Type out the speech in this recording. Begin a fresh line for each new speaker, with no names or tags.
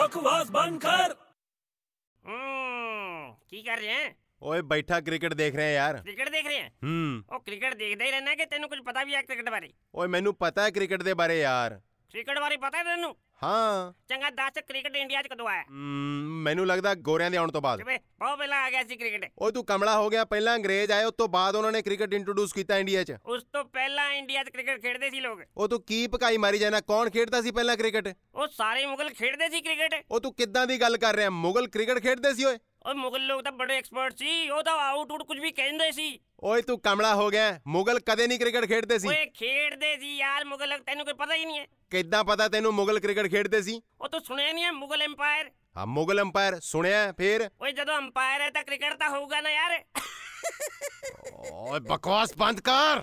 बकवास बनकर
ਹਮ, ਕੀ ਕਰ ਰਹੇ ਹੈ
ਓਏ ਬੈਠਾ ਕ੍ਰਿਕਟ ਦੇਖ ਰਿਹਾ ਯਾਰ
ਕ੍ਰਿਕਟ ਦੇਖ ਰਹੇ ਹੈ
ਹੂੰ
ਉਹ ਕ੍ਰਿਕਟ ਦੇਖਦਾ ਹੀ ਰਹਿਣਾ ਕਿ ਤੈਨੂੰ ਕੁਝ ਪਤਾ ਵੀ ਹੈ ਕ੍ਰਿਕਟ ਬਾਰੇ
ਓਏ ਮੈਨੂੰ ਪਤਾ ਹੈ ਕ੍ਰਿਕਟ ਦੇ ਬਾਰੇ ਯਾਰ
ਕ੍ਰਿਕਟ ਬਾਰੇ ਪਤਾ ਹੈ ਤੈਨੂੰ
ਹਾਂ
ਚੰਗਾ ਦੱਸ ਕ੍ਰਿਕਟ ਇੰਡੀਆ 'ਚ ਕਦੋਂ ਆਇਆ
ਹਮ, ਮੈਨੂੰ ਲੱਗਦਾ ਗੋਰਿਆਂ ਦੇ ਆਉਣ ਤੋਂ ਬਾਅਦ
ਜਿਵੇਂ ਬਹੁਤ ਪਹਿਲਾਂ ਆ ਗਿਆ ਸੀ ਕ੍ਰਿਕਟ
ਓਏ ਤੂੰ ਕਮਲਾ ਹੋ ਗਿਆ ਪਹਿਲਾਂ ਅੰਗਰੇਜ਼ ਆਏ ਉਸ ਤੋਂ ਬਾਅਦ ਉਹਨਾਂ ਨੇ ਕ੍ਰਿਕਟ ਇੰਟਰੋਡਿਊਸ ਕੀਤਾ ਇੰਡੀਆ 'ਚ
ਉਸ ਤੋਂ ਪਹਿਲਾਂ ਇੰਡੀਆ 'ਚ ਕ੍ਰਿਕਟ ਖੇਡਦੇ ਸੀ ਲੋਕ
ਉਹ ਤੂੰ ਕੀ ਪਕਾਈ ਮਾਰੀ ਜਾਣਾ ਕੌਣ ਖੇਡਦਾ ਸੀ ਪਹਿਲਾਂ ਕ੍ਰਿਕਟ
ਉਹ ਸਾਰੇ ਮੁਗਲ ਖੇਡਦੇ ਸੀ ਕ੍ਰਿਕਟ
ਉਹ ਤੂੰ ਕਿੱਦਾਂ ਦੀ ਗੱਲ ਕਰ ਰਿਹਾ ਮੁਗਲ ਕ੍ਰਿਕਟ ਖੇਡਦੇ ਸੀ ਓਏ
ਉਹ ਮੁਗਲ ਲੋਕ ਤਾਂ ਬੜੇ ਐਕਸਪਰਟ ਸੀ ਉਹ ਤਾਂ ਆਊਟ ਆਊਟ ਕੁਝ ਵੀ ਕਹਿੰਦੇ ਸੀ
ਓਏ ਤੂੰ ਕਮਲਾ ਹੋ ਗਿਆ ਹੈ। ਮੁਗਲ ਕਦੇ ਨਹੀਂ ਕ੍ਰਿਕਟ ਖੇਡਦੇ ਸੀ
ਓਏ ਖੇਡਦੇ ਸੀ ਯਾਰ ਮੁਗਲ ਲੋਕ ਤੈਨੂੰ ਕੋਈ ਪਤਾ ਹੀ ਨਹੀਂ ਹੈ
ਕਿੱਦਾਂ ਪਤਾ ਤੈਨੂੰ ਮੁਗਲ ਕ੍ਰਿਕਟ ਖੇਡਦੇ ਸੀ
ਉਹ ਤੂੰ ਸੁਣਿਆ ਨਹੀਂ ਹੈ ਮੁਗਲ ਐਮਪਾਇਰ
ਹਾਂ ਮੁਗਲ ਅੰਪਾਇਰ ਸੁਣਿਆ ਹੈ? ਫੇਰ
ਓਏ ਜਦੋਂ ਅੰਪਾਇਰ ਹੈ ਤਾਂ ਕ੍ਰਿਕਟ ਤਾਂ ਹੋਊਗਾ ਨਾ ਯਾਰ
ਓਏ ਬਕਵਾਸ ਬੰਦ ਕਰ